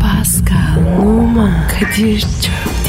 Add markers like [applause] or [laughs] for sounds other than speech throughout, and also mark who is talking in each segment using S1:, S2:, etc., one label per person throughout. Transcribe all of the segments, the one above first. S1: Pascal, Oman, Kadir çok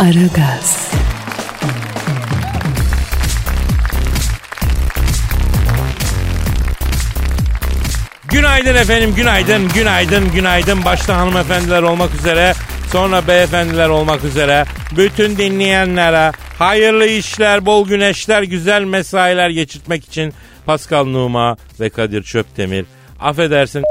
S1: Aragaz,
S2: Günaydın efendim, günaydın, günaydın, günaydın. Başta hanımefendiler olmak üzere, sonra beyefendiler olmak üzere. Bütün dinleyenlere hayırlı işler, bol güneşler, güzel mesailer geçirtmek için Pascal Numa ve Kadir Çöptemir. Affedersin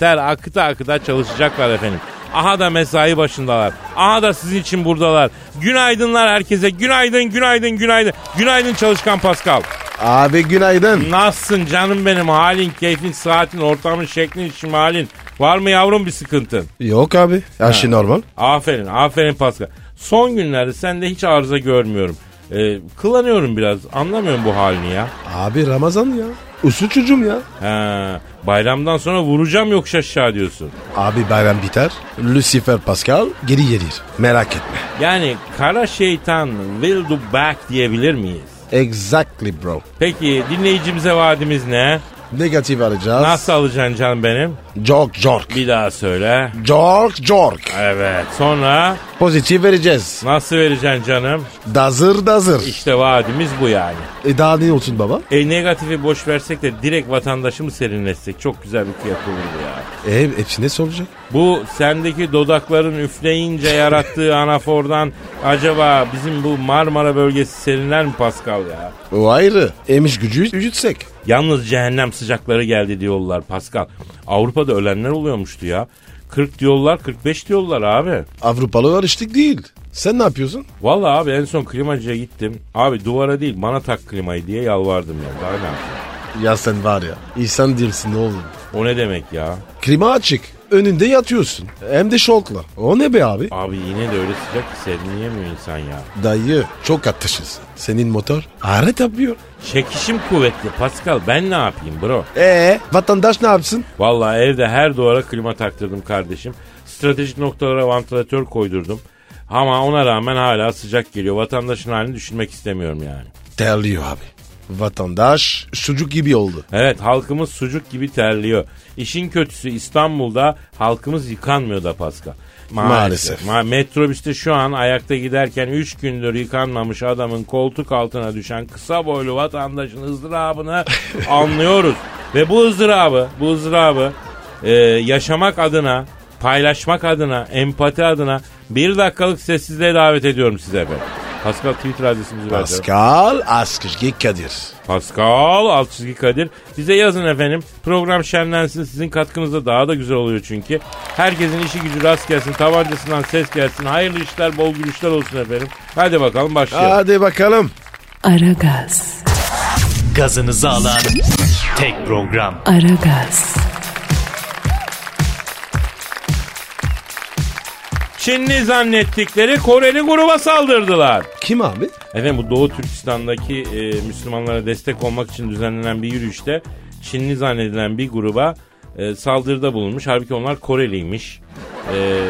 S2: ter akıta akıta çalışacaklar efendim. Aha da mesai başındalar. Aha da sizin için buradalar. Günaydınlar herkese. Günaydın, günaydın, günaydın. Günaydın çalışkan Pascal.
S3: Abi günaydın.
S2: Nasılsın canım benim halin, keyfin, saatin, ortamın, şeklin, şimalin? Var mı yavrum bir sıkıntın?
S3: Yok abi. Her şey normal.
S2: Aferin, aferin Pascal. Son günlerde sende hiç arıza görmüyorum. Ee, kılanıyorum biraz, anlamıyorum bu halini ya.
S3: Abi Ramazan ya. Usul çocuğum ya.
S2: He, bayramdan sonra vuracağım yokuş aşağı diyorsun.
S3: Abi bayram biter. Lucifer Pascal geri gelir. Merak etme.
S2: Yani kara şeytan will do back diyebilir miyiz?
S3: Exactly bro.
S2: Peki dinleyicimize vaadimiz ne?
S3: Negatif alacağız.
S2: Nasıl alacaksın canım benim?
S3: Jork jork.
S2: Bir daha söyle.
S3: Jork jork.
S2: Evet. Sonra
S3: Pozitif vereceğiz.
S2: nasıl vereceksin canım?
S3: Dazır dazır.
S2: İşte vaadimiz bu yani.
S3: E daha ne olsun baba?
S2: E negatifi boş versek de direkt vatandaşı mı serinletsek çok güzel bir fiyat olurdu ya.
S3: E hepsine soracak.
S2: Bu sendeki dodakların üfleyince yarattığı [laughs] anafordan acaba bizim bu Marmara bölgesi serinler mi Pascal ya?
S3: O ayrı. Emiş gücü yüksek.
S2: Yalnız cehennem sıcakları geldi diyorlar Pascal. Avrupa'da ölenler oluyormuştu ya. 40 diyorlar 45 diyorlar abi.
S3: Avrupalılar işlik değil. Sen ne yapıyorsun?
S2: Vallahi abi en son klimacıya gittim. Abi duvara değil bana tak klimayı diye yalvardım ya. Daha ne yapayım?
S3: Ya sen var ya. İnsan değilsin oğlum.
S2: O ne demek ya?
S3: Klima açık. Önünde yatıyorsun. Hem de şokla. O ne be abi?
S2: Abi yine de öyle sıcak ki serinleyemiyor insan ya.
S3: Dayı çok ateşiz. Senin motor aret yapıyor.
S2: Çekişim kuvvetli Pascal ben ne yapayım bro?
S3: Ee vatandaş ne yapsın?
S2: Vallahi evde her duvara klima taktırdım kardeşim. Stratejik noktalara vantilatör koydurdum. Ama ona rağmen hala sıcak geliyor. Vatandaşın halini düşünmek istemiyorum yani.
S3: Terliyor abi. Vatandaş çocuk gibi oldu.
S2: Evet halkımız sucuk gibi terliyor. İşin kötüsü İstanbul'da halkımız yıkanmıyor da Pascal.
S3: Maalesef.
S2: Ma- metrobüste şu an ayakta giderken 3 gündür yıkanmamış adamın koltuk altına düşen kısa boylu vatandaşın ızdırabını anlıyoruz. Ve bu ızdırabı, bu ızdırabı e, yaşamak adına, paylaşmak adına, empati adına bir dakikalık sessizliğe davet ediyorum size efendim. Pascal Twitter adresimizi ver.
S3: Pascal Askışki Kadir.
S2: Pascal alt çizgi Kadir. Bize yazın efendim. Program şenlensin. Sizin katkınızda daha da güzel oluyor çünkü. Herkesin işi gücü rast gelsin. Tabancasından ses gelsin. Hayırlı işler, bol gülüşler olsun efendim. Hadi bakalım başlayalım.
S3: Hadi bakalım.
S1: Aragaz,
S4: gazınızı alan tek program.
S1: Aragaz,
S2: Çinli zannettikleri Koreli gruba saldırdılar.
S3: Kim abi?
S2: Efendim bu Doğu Türkistan'daki e, Müslümanlara destek olmak için düzenlenen bir yürüyüşte Çinli zannedilen bir gruba e, saldırıda bulunmuş. Halbuki onlar Koreliymiş. E,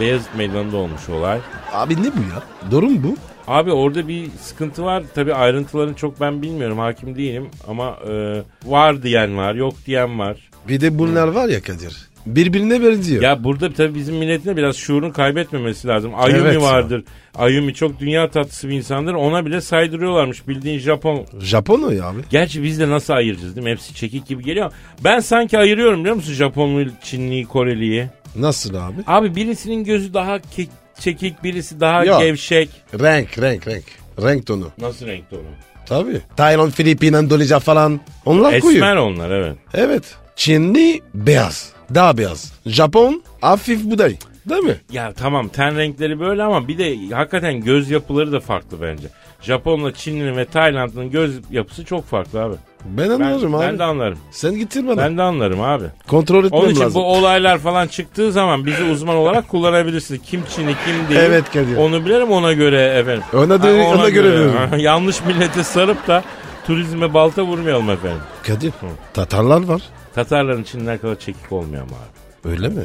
S2: Beyazıt Meydanı'nda olmuş olay.
S3: Abi ne bu ya? Doğru mu bu?
S2: Abi orada bir sıkıntı var. Tabii ayrıntılarını çok ben bilmiyorum. Hakim değilim ama e, var diyen var, yok diyen var.
S3: Bir de bunlar var ya Kadir. Birbirine benziyor.
S2: Ya burada tabii bizim milletin de biraz şuurunu kaybetmemesi lazım. Ayumi
S3: Evet.
S2: vardır. Ayumi çok dünya tatlısı bir insandır. Ona bile saydırıyorlarmış bildiğin Japon.
S3: Japon o ya abi.
S2: Gerçi biz de nasıl ayıracağız değil mi? Hepsi çekik gibi geliyor. ama Ben sanki ayırıyorum biliyor musun Japonlu, Çinliyi, Koreliyi?
S3: Nasıl abi?
S2: Abi birisinin gözü daha ke- çekik, birisi daha
S3: Yok.
S2: gevşek.
S3: Renk renk renk. Renk tonu.
S2: Nasıl renkte onu?
S3: Tabii. Tayland, Filipin, Endonezya falan. Onlar koyuyor.
S2: Esmer onlar evet.
S3: Evet. Çinli beyaz. Daha beyaz. Japon hafif buday. Değil mi?
S2: Ya tamam ten renkleri böyle ama bir de hakikaten göz yapıları da farklı bence. Japonla Çinli ve Tayland'ın göz yapısı çok farklı abi.
S3: Ben
S2: Ben,
S3: anlarım abi.
S2: ben de anlarım.
S3: Sen getir bana.
S2: Ben de anlarım abi.
S3: Kontrol etmem
S2: Onun için
S3: lazım.
S2: bu olaylar falan çıktığı zaman bizi uzman olarak kullanabilirsiniz. Kim Çinli kim değil.
S3: Evet Kadir.
S2: Onu bilirim ona göre efendim.
S3: Ona da- ona göre bilirim.
S2: [laughs] Yanlış millete sarıp da turizme balta vurmayalım efendim.
S3: Kadir Tatarlar var.
S2: Tatarların Çinliler kadar çekik olmuyor ama abi.
S3: Öyle mi?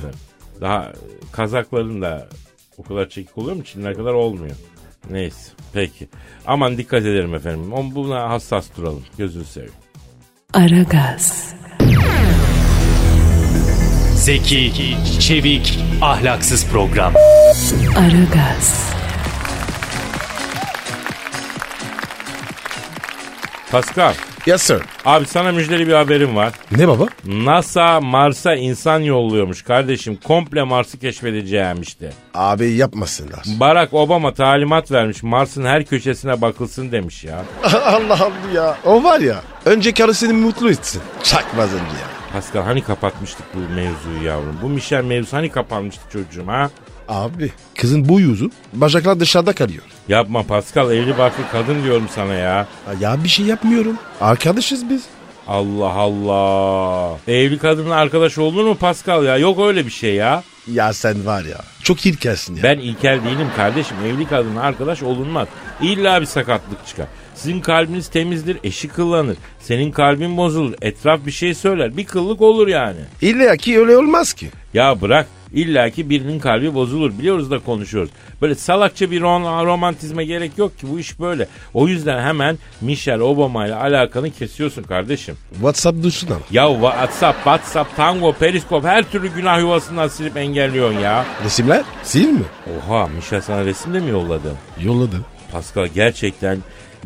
S2: Daha e, Kazakların da o kadar çekik oluyor mu? Çinliler kadar olmuyor. Neyse peki. Aman dikkat edelim efendim. On- Buna hassas duralım. Gözünü seveyim.
S1: Aragaz,
S4: Zeki, çevik, ahlaksız program.
S1: Aragaz,
S2: Pascal
S3: Yes sir.
S2: abi sana müjdeli bir haberim var.
S3: Ne baba?
S2: NASA Mars'a insan yolluyormuş kardeşim. Komple Mars'ı keşfedeceğim işte.
S3: Abi yapmasınlar.
S2: Barack Obama talimat vermiş. Mars'ın her köşesine bakılsın demiş ya.
S3: [laughs] Allah Allah ya. O var ya. Önce karısını mutlu etsin. Çakmaz önce ya.
S2: Pascal hani kapatmıştık bu mevzuyu yavrum. Bu Michel mevzusu hani kapanmıştı çocuğum ha?
S3: Abi. Kızın boyu uzun. Bacaklar dışarıda kalıyor.
S2: Yapma Pascal evli barklı kadın diyorum sana ya.
S3: Ya bir şey yapmıyorum. Arkadaşız biz.
S2: Allah Allah. Evli kadının arkadaş olur mu Pascal ya? Yok öyle bir şey ya.
S3: Ya sen var ya. Çok ilkelsin ya.
S2: Ben ilkel değilim kardeşim. Evli kadının arkadaş olunmaz. İlla bir sakatlık çıkar. Sizin kalbiniz temizdir, eşi kıllanır. Senin kalbin bozulur, etraf bir şey söyler. Bir kıllık olur yani.
S3: İlla ki öyle olmaz ki.
S2: Ya bırak İlla ki birinin kalbi bozulur biliyoruz da konuşuyoruz. Böyle salakça bir ron- romantizme gerek yok ki bu iş böyle. O yüzden hemen Michelle Obama ile alakanı kesiyorsun kardeşim.
S3: WhatsApp dursun ama.
S2: Ya WhatsApp, WhatsApp, Tango, Periskop her türlü günah yuvasından silip engelliyorsun ya.
S3: Resimler? Sil mi?
S2: Oha Michelle sana resim de mi yolladı?
S3: Yolladım.
S2: Pascal gerçekten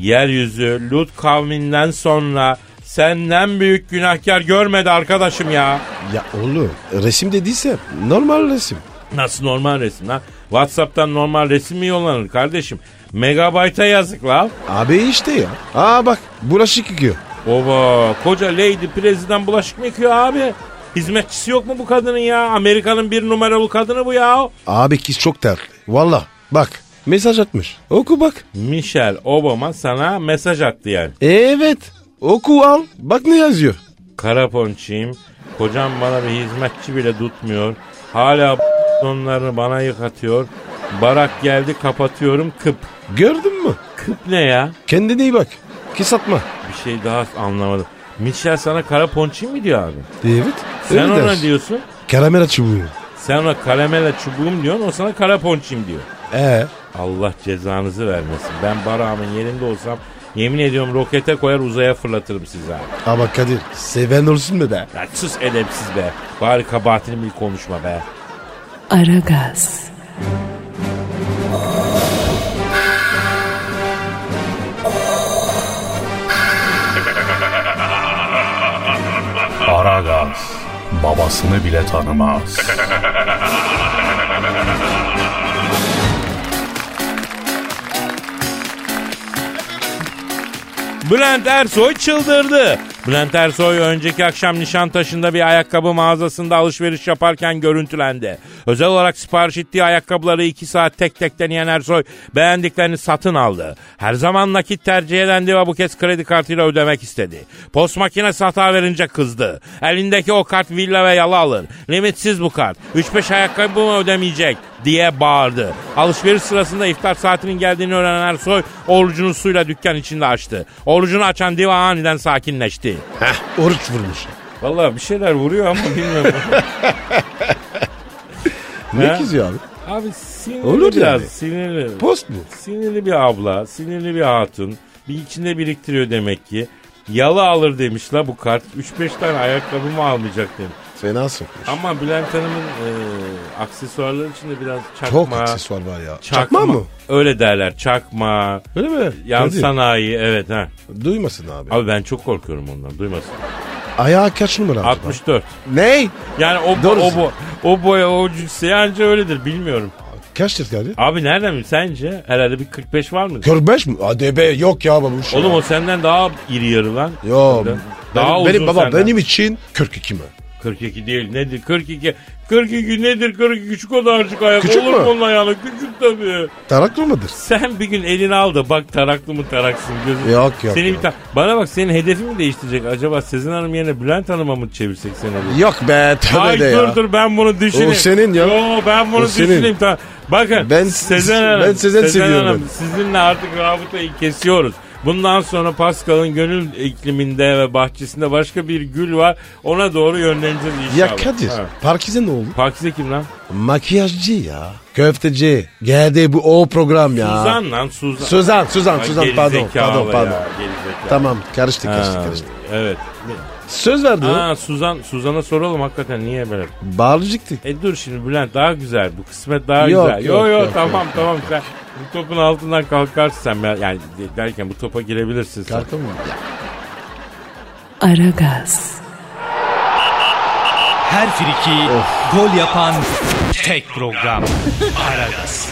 S2: yeryüzü Lut kavminden sonra senden büyük günahkar görmedi arkadaşım ya.
S3: Ya oğlum resim dediyse normal resim.
S2: Nasıl normal resim lan? Whatsapp'tan normal resim mi yollanır kardeşim? Megabayta yazık lan.
S3: Abi işte ya. Aa bak bulaşık yıkıyor.
S2: Oba koca Lady Preziden bulaşık mı yıkıyor abi? Hizmetçisi yok mu bu kadının ya? Amerika'nın bir numaralı kadını bu ya.
S3: Abi kız çok terli. Valla bak mesaj atmış. Oku bak.
S2: Michelle Obama sana mesaj attı yani.
S3: Evet oku al. Bak ne yazıyor.
S2: Kara ponçiyim. Kocam bana bir hizmetçi bile tutmuyor. Hala onlarını bana yıkatıyor. Barak geldi kapatıyorum kıp.
S3: Gördün mü?
S2: Kıp ne ya?
S3: Kendine iyi bak. Kis atma.
S2: Bir şey daha anlamadım. Michel sana kara ponçin mi diyor abi?
S3: Evet.
S2: Sen
S3: öyle
S2: ona
S3: der.
S2: diyorsun.
S3: Karamela çubuğu.
S2: Sen ona karamela çubuğum diyorsun. O sana kara ponçim diyor.
S3: Ee,
S2: Allah cezanızı vermesin. Ben Barak'ın yerinde olsam yemin ediyorum rokete koyar uzaya fırlatırım sizi abi.
S3: ama Kadir seven olsun mu be?
S2: Ya sus edepsiz be. Bari kabahatini bil konuşma be.
S1: Aragaz,
S5: Aragaz babasını bile tanımaz.
S2: Bülent Ersoy çıldırdı. Bülent Ersoy önceki akşam Nişantaşı'nda bir ayakkabı mağazasında alışveriş yaparken görüntülendi. Özel olarak sipariş ettiği ayakkabıları 2 saat tek tek deneyen Ersoy beğendiklerini satın aldı. Her zaman nakit tercih edendi ve bu kez kredi kartıyla ödemek istedi. Post makinesi hata verince kızdı. Elindeki o kart villa ve yalı alır. Limitsiz bu kart. 3-5 ayakkabı mı ödemeyecek diye bağırdı. Alışveriş sırasında iftar saatinin geldiğini öğrenen Ersoy orucunu suyla dükkan içinde açtı. Orucunu açan diva aniden sakinleşti.
S3: Heh, oruç vurmuş.
S2: Vallahi bir şeyler vuruyor ama bilmiyorum.
S3: Ne
S2: Ha?
S3: kızıyor abi?
S2: [laughs] Abi sinirli
S3: Olur
S2: biraz
S3: yani.
S2: sinirli.
S3: Post mu?
S2: Sinirli bir abla, sinirli bir hatun. Bir içinde biriktiriyor demek ki. Yalı alır demiş la bu kart. 3-5 tane ayakkabımı almayacak demiş.
S3: Fena sokmuş.
S2: Ama Bülent Hanım'ın e, aksesuarları içinde biraz çakma.
S3: Çok aksesuar var ya. Çakma, mı?
S2: Öyle derler çakma.
S3: Öyle mi?
S2: Yan
S3: Kadir,
S2: sanayi evet ha.
S3: Duymasın abi.
S2: Abi ben çok korkuyorum ondan duymasın.
S3: Ayağı kaç numara? acaba?
S2: 64.
S3: Ney?
S2: Yani o,
S3: Doğrusu.
S2: o, bo- o boya o cüsseye anca öyledir bilmiyorum.
S3: Kaçtır Kadir?
S2: Abi nereden mi sence? Herhalde bir 45 var mıdır?
S3: 45 mi? Hadi be yok ya baba bu şey.
S2: Oğlum o senden daha iri yarı lan.
S3: Yo.
S2: Senden.
S3: Daha
S2: Daha
S3: benim,
S2: uzun
S3: baba
S2: senden.
S3: benim için 42 mi?
S2: 42 değil nedir 42? 42 nedir 42 küçük odarcık ayak
S3: Küçük
S2: olur mu
S3: mü?
S2: onun ayağına küçük tabii.
S3: Taraklı mıdır?
S2: Sen bir gün elini al da bak taraklı mı taraksız gözün.
S3: Yok, yok,
S2: Seni bir
S3: yok.
S2: ta- Bana bak senin hedefi mi değiştirecek acaba Sezin Hanım yerine Bülent Hanım'a mı çevirsek seni? acaba?
S3: Yok be tövbe
S2: Ay
S3: de
S2: dur
S3: ya.
S2: dur ben bunu düşüneyim.
S3: O senin ya.
S2: Yo ben bunu
S3: O senin.
S2: düşüneyim. Tamam. Bakın
S3: Ben-
S2: Sezen Hanım,
S3: ben Sezen seviyorum.
S2: Hanım, sizinle artık rabıtayı kesiyoruz. Bundan sonra Pascal'ın gönül ikliminde ve bahçesinde başka bir gül var. Ona doğru yönleneceğiz inşallah.
S3: Ya Kadir.
S2: Ha.
S3: Parkize ne oldu?
S2: Pakize kim lan?
S3: Makyajcı ya. Köfteci. Geldi bu o program ya.
S2: Suzan lan Suzan.
S3: Suzan, Suzan,
S2: Ay,
S3: Suzan pardon,
S2: gerizekalı
S3: pardon,
S2: ya,
S3: pardon.
S2: gerizekalı.
S3: Tamam, karıştı, karıştı,
S2: Ha,
S3: karıştı.
S2: Evet.
S3: Söz verdi o.
S2: Aa, Suzan, Suzan'a soralım hakikaten niye böyle?
S3: Bağırıcıktı.
S2: E dur şimdi Bülent daha güzel bu kısmet daha
S3: Yok,
S2: güzel. Yo
S3: yok,
S2: yo
S3: yok,
S2: tamam tamam sen bu topun altından kalkarsın sen ben- yani de- derken bu topa girebilirsin sen.
S3: Kalkın mı?
S1: Aragaz,
S4: Her friki gol yapan tek program. Aragaz.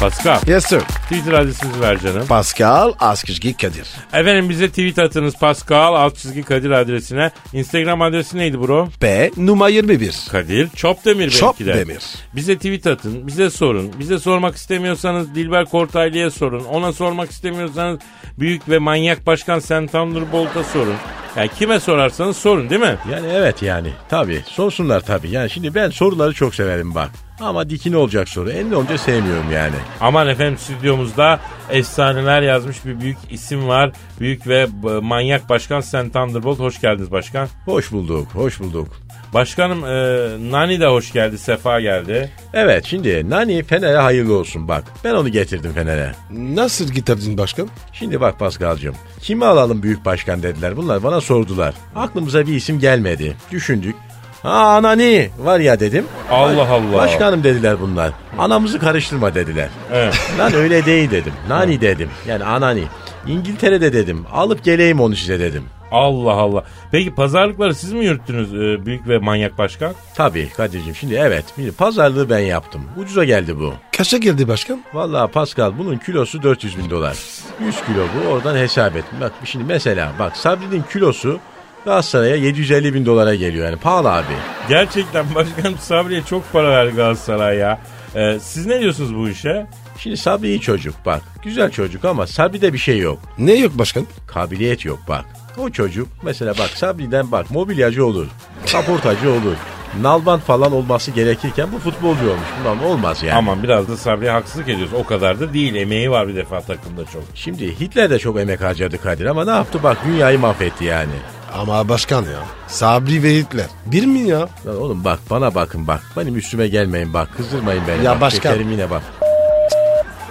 S2: Pascal
S3: Yes sir.
S2: Twitter adresimizi ver canım.
S3: Pascal Askışgi Kadir.
S2: Efendim bize tweet atınız Pascal alt çizgi Kadir adresine. Instagram adresi neydi bro?
S3: P numara 21.
S2: Kadir Çopdemir
S3: Çop
S2: belki de.
S3: demir.
S2: Bize tweet atın, bize sorun. Bize sormak istemiyorsanız Dilber Kortaylı'ya sorun. Ona sormak istemiyorsanız büyük ve manyak başkan Sentandur Bolt'a sorun. Yani kime sorarsanız sorun değil mi?
S6: Yani evet yani. Tabii sorsunlar tabii. Yani şimdi ben soruları çok severim bak. Ama dikine olacak soru. Enli olunca sevmiyorum yani.
S2: Aman efendim stüdyomuzda efsaneler yazmış bir büyük isim var. Büyük ve b- manyak başkan Sen Thunderbolt. Hoş geldiniz başkan.
S6: Hoş bulduk, hoş bulduk.
S2: Başkanım e, Nani de hoş geldi, Sefa geldi.
S6: Evet şimdi Nani Fener'e hayırlı olsun bak. Ben onu getirdim Fener'e.
S3: Nasıl giderdin başkan?
S6: Şimdi bak Paskal'cığım. Kimi alalım büyük başkan dediler. Bunlar bana sordular. Aklımıza bir isim gelmedi. Düşündük. Ha Nani var ya dedim.
S2: Allah Allah.
S6: Başkanım dediler bunlar. Anamızı karıştırma dediler.
S2: Evet.
S6: Lan öyle değil dedim. Nani dedim. Yani anani. İngiltere'de dedim. Alıp geleyim onu size dedim.
S2: Allah Allah. Peki pazarlıkları siz mi yürüttünüz e, büyük ve manyak başkan?
S6: Tabii Kadir'cim şimdi evet. Şimdi pazarlığı ben yaptım. Ucuza geldi bu.
S3: Kaça geldi başkan?
S6: Vallahi Pascal bunun kilosu 400 bin dolar. 100 kilo bu oradan hesap et. Bak şimdi mesela bak Sabri'nin kilosu Galatasaray'a 750 bin dolara geliyor yani pahalı abi.
S2: Gerçekten başkanım [laughs] Sabri'ye çok para verdi Galatasaray ya. E, siz ne diyorsunuz bu işe?
S6: Şimdi Sabri iyi çocuk bak. Güzel çocuk ama Sabri'de bir şey yok.
S3: Ne yok başkan?
S6: Kabiliyet yok bak. O çocuk mesela bak Sabri'den bak mobilyacı olur. Kaportacı olur. Nalbant falan olması gerekirken bu futbolcu olmuş. Bundan olmaz yani.
S2: Aman biraz da Sabri'ye haksızlık ediyoruz. O kadar da değil. Emeği var bir defa takımda çok.
S6: Şimdi Hitler de çok emek harcadı Kadir ama ne yaptı bak dünyayı mahvetti yani.
S3: Ama başkan ya. Sabri ve Hitler. Bir mi ya?
S6: Lan oğlum bak bana bakın bak. Benim üstüme gelmeyin bak. Kızdırmayın beni.
S3: Ya
S6: bak,
S3: başkan.
S6: Şekerim yine bak.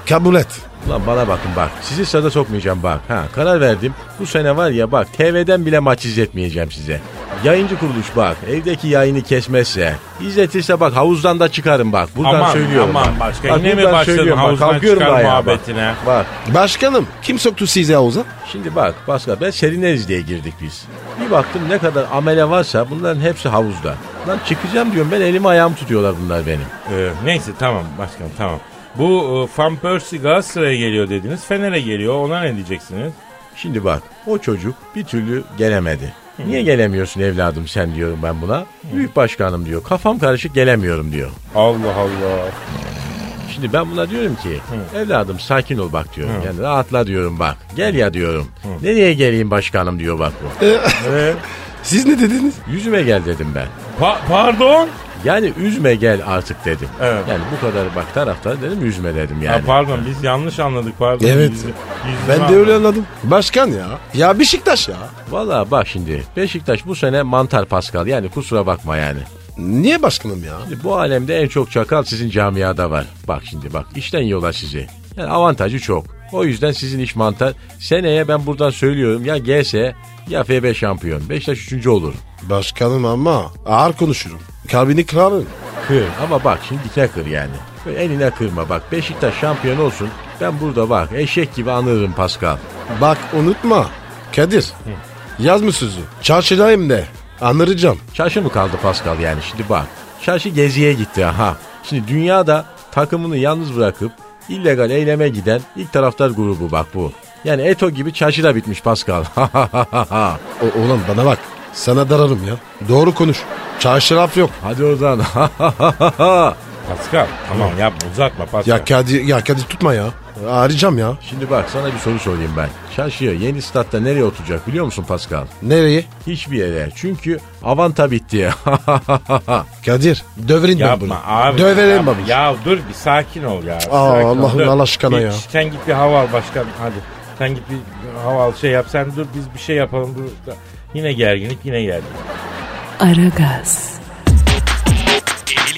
S3: Kabul et.
S6: Lan bana bakın bak. Sizi sırada sokmayacağım bak. Ha karar verdim. Bu sene var ya bak TV'den bile maç izletmeyeceğim size. Yayıncı kuruluş bak. Evdeki yayını kesmezse. izletirse bak havuzdan da çıkarım bak. Buradan
S2: Aman,
S6: söylüyorum
S2: aman
S6: bak.
S2: başkan,
S6: Bak,
S2: yine mi
S6: buradan
S2: başladın
S6: söylüyorum bak,
S2: havuzdan
S6: kalkıyorum
S2: çıkar
S6: da ayağa bak.
S2: muhabbetine?
S6: Bak.
S3: Başkanım kim soktu sizi havuza?
S6: Şimdi bak Pascal ben serinleriz diye girdik biz. Bir baktım ne kadar amele varsa bunların hepsi havuzda. Lan çıkacağım diyorum ben elimi ayağımı tutuyorlar bunlar benim.
S2: Ee, neyse tamam başkanım tamam. Bu e, Van Persie Galatasaray'a geliyor dediniz. Fener'e geliyor. Ona ne diyeceksiniz?
S6: Şimdi bak o çocuk bir türlü gelemedi. Niye gelemiyorsun evladım sen diyorum ben buna. Büyük başkanım diyor kafam karışık gelemiyorum diyor.
S2: Allah Allah.
S6: Şimdi ben buna diyorum ki evladım sakin ol bak diyorum. Yani rahatla diyorum bak. Gel ya diyorum. Nereye geleyim başkanım diyor bak
S2: E-
S6: bu.
S3: Siz ne dediniz?
S6: Yüzüme gel dedim ben.
S2: Pa- pardon?
S6: Yani üzme gel artık dedim.
S2: Evet.
S6: Yani bu kadar bak taraftar dedim üzme dedim
S2: Ha,
S6: yani.
S2: pardon biz yanlış anladık pardon.
S3: Evet.
S2: Yüzü- yüzümü
S3: Ben de
S2: anladım.
S3: öyle anladım. Başkan ya. Ya Beşiktaş ya.
S6: Valla bak şimdi Beşiktaş bu sene mantar Pascal yani kusura bakma yani.
S3: Niye başkanım ya?
S6: Şimdi bu alemde en çok çakal sizin camiada var. Bak şimdi bak işten yola sizi. Yani avantajı çok. O yüzden sizin iş mantar. Seneye ben buradan söylüyorum ya GS ya FB şampiyon. Beşiktaş üçüncü olur.
S3: Başkanım ama ağır konuşurum. Kalbini kırarım.
S6: Kır ama bak şimdi dikine kır yani. Böyle eline kırma bak. Beşiktaş şampiyon olsun. Ben burada bak eşek gibi anırım Pascal.
S3: Bak unutma. Kadir. Yazma sözü. Çarşıdayım de. Anıracağım.
S6: Çarşı mı kaldı Pascal yani şimdi bak. Çarşı geziye gitti ha. Şimdi dünyada takımını yalnız bırakıp illegal eyleme giden ilk taraftar grubu bak bu.
S7: Yani Eto gibi çarşıda bitmiş Pascal. [laughs]
S3: O, oğlum bana bak. Sana dararım ya. Doğru konuş. Çarşı laf yok.
S7: Hadi [laughs] oradan.
S2: Pascal tamam yapma uzatma Pascal.
S3: Ya Kadir, ya Kadir tutma ya. Ağrıyacağım ya.
S7: Şimdi bak sana bir soru sorayım ben. Çarşıya yeni statta nereye oturacak biliyor musun Pascal?
S3: Nereye?
S7: Hiçbir yere. Çünkü avanta bitti. [laughs]
S3: Kadir döverin ben bunu.
S2: yapma abi.
S3: Döverin
S2: yapma.
S3: ben bunu.
S2: Ya dur bir sakin ol ya.
S3: Aa, Allah'ın Allah aşkına ya.
S2: Sen git bir hava al başkan hadi. Sen git bir hava al şey yap. Sen dur biz bir şey yapalım. Dur. Yine gerginlik yine gerginlik.
S1: Aragaz,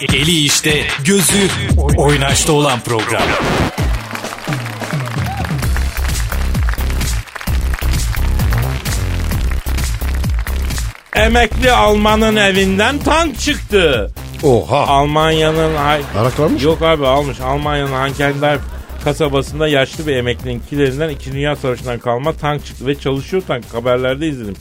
S4: Eli işte, gözü oynaşta olan program.
S2: Emekli Alman'ın evinden tank çıktı.
S3: Oha.
S2: Almanya'nın... hay-
S3: Arak varmış.
S2: Yok abi almış. Almanya'nın Hankendorf kasabasında yaşlı bir emeklinin kilerinden 2. Dünya Savaşı'ndan kalma tank çıktı ve çalışıyor tank. Haberlerde izledim.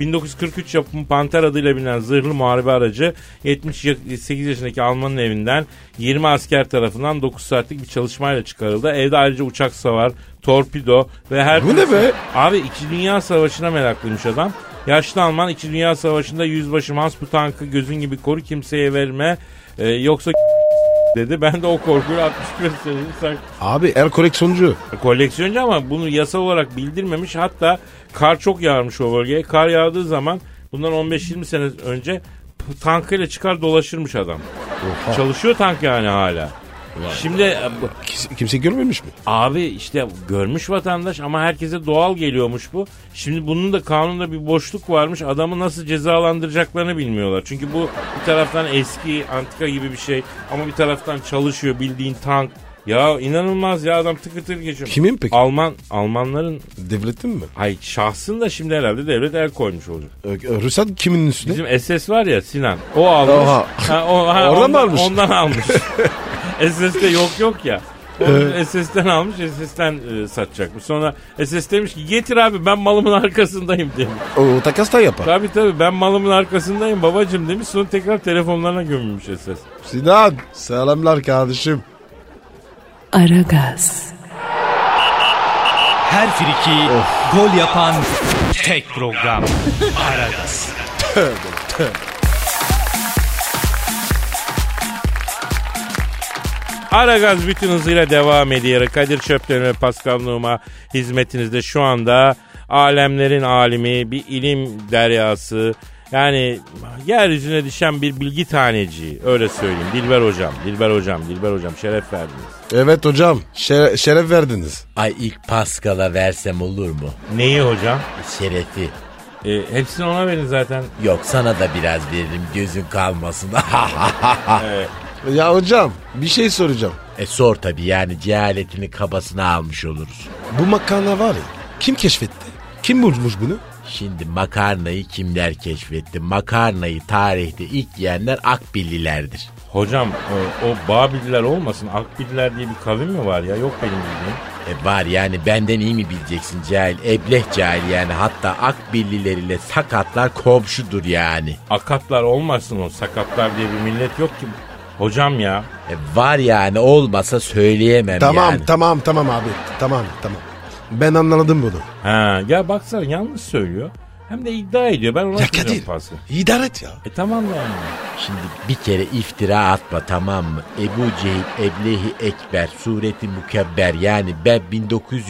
S2: 1943 yapımı Panter adıyla bilinen zırhlı muharebe aracı 78 yaşındaki Alman'ın evinden 20 asker tarafından 9 saatlik bir çalışmayla çıkarıldı. Evde ayrıca uçak savar, torpido ve her...
S3: Bu ne be?
S2: Abi 2. Dünya Savaşı'na meraklıymış adam. Yaşlı Alman 2. Dünya Savaşı'nda yüzbaşı Hans bu tankı gözün gibi koru kimseye verme e, yoksa [laughs] dedi. Ben de o korkuyla 65 senedir sak-
S3: Abi el koleksiyoncu.
S2: Koleksiyoncu ama bunu yasal olarak bildirmemiş. Hatta kar çok yağmış o bölgeye. Kar yağdığı zaman bundan 15-20 sene önce p- tankıyla çıkar dolaşırmış adam. Çalışıyor tank yani hala. Şimdi e, bu-
S3: Kimse, kimse görmemiş mi?
S2: abi işte görmüş vatandaş ama herkese doğal geliyormuş bu. Şimdi bunun da kanunda bir boşluk varmış. Adamı nasıl cezalandıracaklarını bilmiyorlar. Çünkü bu bir taraftan eski antika gibi bir şey ama bir taraftan çalışıyor bildiğin tank. Ya inanılmaz ya adam tıkır tıkır geçiyor.
S3: Kimin peki?
S2: Alman Almanların
S3: Devletin mi?
S2: ay şahsın da şimdi herhalde devlet el koymuş olacak.
S3: Ee, Ruhsat kimin üstüne?
S2: Bizim SS var ya Sinan. O almış.
S3: Oha.
S2: Ha, o,
S3: Oradan
S2: ha,
S3: mı
S2: ondan,
S3: almış? [laughs]
S2: Ondan almış. SS'de yok yok ya. Onu SS'den almış SS'den e, satacakmış. Sonra SS demiş ki getir abi ben malımın [laughs] arkasındayım demiş.
S3: O takas da yapar.
S2: Tabi tabi ben malımın arkasındayım babacım demiş. Sonra tekrar telefonlarına gömülmüş SS.
S3: Sinan selamlar kardeşim.
S1: Aragaz,
S4: Her friki gol yapan tek program. Aragaz.
S2: Aragaz bütün hızıyla devam ediyor. Kadir Çöpten ve Pascal Numa hizmetinizde şu anda alemlerin alimi, bir ilim deryası. Yani yeryüzüne düşen bir bilgi taneci öyle söyleyeyim. Dilber hocam, Dilber hocam, Dilber hocam şeref verdiniz.
S3: Evet hocam şere- şeref verdiniz.
S6: Ay ilk Paskal'a versem olur mu?
S2: Neyi hocam?
S6: Şerefi.
S2: E, hepsini ona verin zaten.
S6: Yok sana da biraz veririm gözün kalmasın. [laughs]
S3: Ya hocam bir şey soracağım.
S6: e sor tabii yani cehaletini kabasına almış oluruz.
S3: Bu makarna var ya kim keşfetti? Kim bulmuş bunu?
S6: Şimdi makarnayı kimler keşfetti? Makarnayı tarihte ilk yiyenler Akbillilerdir.
S2: Hocam e, o Babil'ler olmasın. Akbil'ler diye bir kavim mi var ya? Yok benim bildiğim.
S6: E var yani benden iyi mi bileceksin cahil? Ebleh cahil yani hatta Akbilliler ile sakatlar komşudur yani.
S2: Akatlar olmasın o. Sakatlar diye bir millet yok ki. Hocam ya.
S6: E var yani olmasa söyleyemem
S3: Tamam
S6: yani.
S3: tamam tamam abi tamam tamam. Ben anladım bunu.
S2: Ha, ya baksana yanlış söylüyor. Hem de iddia ediyor. Ben ona
S3: Ya
S2: kızıyorum
S3: Kadir
S2: fazla.
S3: idare et ya.
S2: E tamam yani.
S6: Şimdi bir kere iftira atma tamam mı? Ebu Cehil Eblehi Ekber sureti mükebber yani ben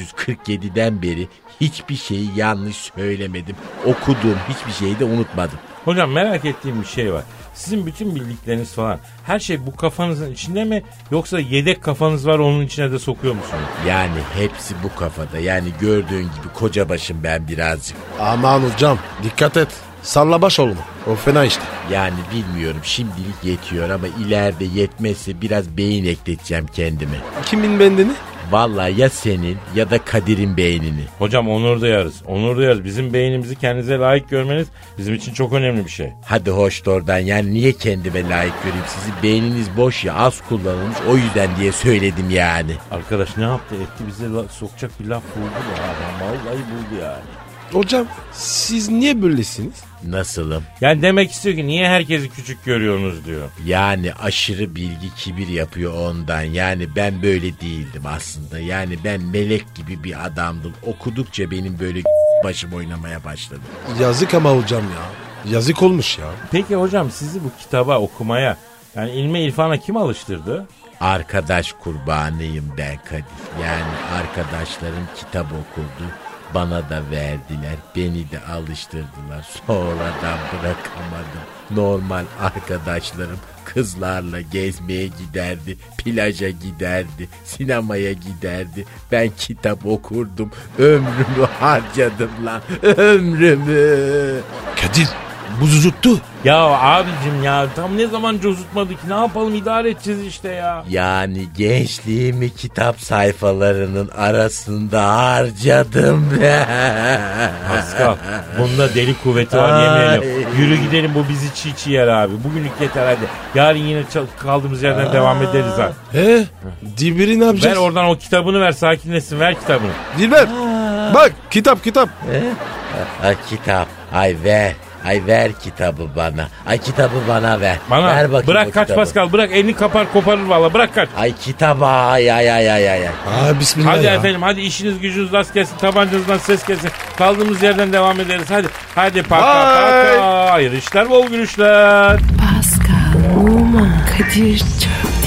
S6: 1947'den beri hiçbir şeyi yanlış söylemedim. Okuduğum hiçbir şeyi de unutmadım.
S2: Hocam merak ettiğim bir şey var. Sizin bütün bildikleriniz falan her şey bu kafanızın içinde mi yoksa yedek kafanız var onun içine de sokuyor musunuz?
S6: Yani hepsi bu kafada yani gördüğün gibi koca başım ben birazcık.
S3: Aman hocam dikkat et. Salla baş oğlum. O fena işte.
S6: Yani bilmiyorum şimdilik yetiyor ama ileride yetmezse biraz beyin ekleteceğim kendime.
S3: Kimin bendeni?
S6: Vallahi ya senin ya da Kadir'in beynini.
S2: Hocam onur duyarız. Onur duyarız. Bizim beynimizi kendinize layık görmeniz bizim için çok önemli bir şey.
S6: Hadi hoş da oradan yani niye kendime layık göreyim sizi beyniniz boş ya az kullanılmış o yüzden diye söyledim yani.
S2: Arkadaş ne yaptı etti bize la- sokacak bir laf buldu ya adam. Vallahi buldu yani.
S3: Hocam siz niye böylesiniz?
S6: Nasılım?
S2: Yani demek istiyor ki niye herkesi küçük görüyorsunuz diyor.
S6: Yani aşırı bilgi kibir yapıyor ondan. Yani ben böyle değildim aslında. Yani ben melek gibi bir adamdım. Okudukça benim böyle [laughs] başım oynamaya başladı.
S3: Yazık ama hocam ya. Yazık olmuş ya.
S2: Peki hocam sizi bu kitaba okumaya yani ilme ilfana kim alıştırdı?
S6: Arkadaş kurbanıyım ben Kadir. Yani arkadaşlarım kitap okurdu. Bana da verdiler. Beni de alıştırdılar. Sonradan bırakamadım. Normal arkadaşlarım kızlarla gezmeye giderdi. Plaja giderdi. Sinemaya giderdi. Ben kitap okurdum. Ömrümü harcadım lan. Ömrümü.
S3: Kadir bu zuzuttu.
S2: Ya abicim ya tam ne zaman cozutmadı ki ne yapalım idare edeceğiz işte ya.
S6: Yani gençliğimi kitap sayfalarının arasında harcadım [laughs] ben.
S2: Pascal bunda deli kuvveti var yemin ediyorum. Yürü gidelim bu bizi çiğ çiğ yer abi. Bugünlük yeter hadi. Yarın yine çal- kaldığımız yerden devam ederiz ha.
S3: He? Dilber'i ne
S2: Ver
S3: yapacağız?
S6: şey-
S2: oradan o kitabını ver sakinleşsin ver kitabını.
S3: Dilber. Bak kitap kitap.
S6: Ay kitap. Ay ver. Ay ver kitabı bana. Ay kitabı bana ver.
S2: Bana
S6: ver bakayım o
S2: bırak kaç
S6: kitabı.
S2: Pascal bırak elini kapar koparır valla bırak kaç.
S6: Ay kitaba ay ay ay ay ay. ay.
S3: Aa bismillah
S2: Hadi
S3: ya.
S2: efendim hadi işiniz gücünüz rast gelsin tabancanızdan ses gelsin. Kaldığımız yerden devam ederiz hadi. Hadi paka
S3: Bye.
S2: paka. Hayır işler bol gülüşler.
S1: Pascal, Oman, Kadir çok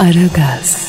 S1: Aragaz.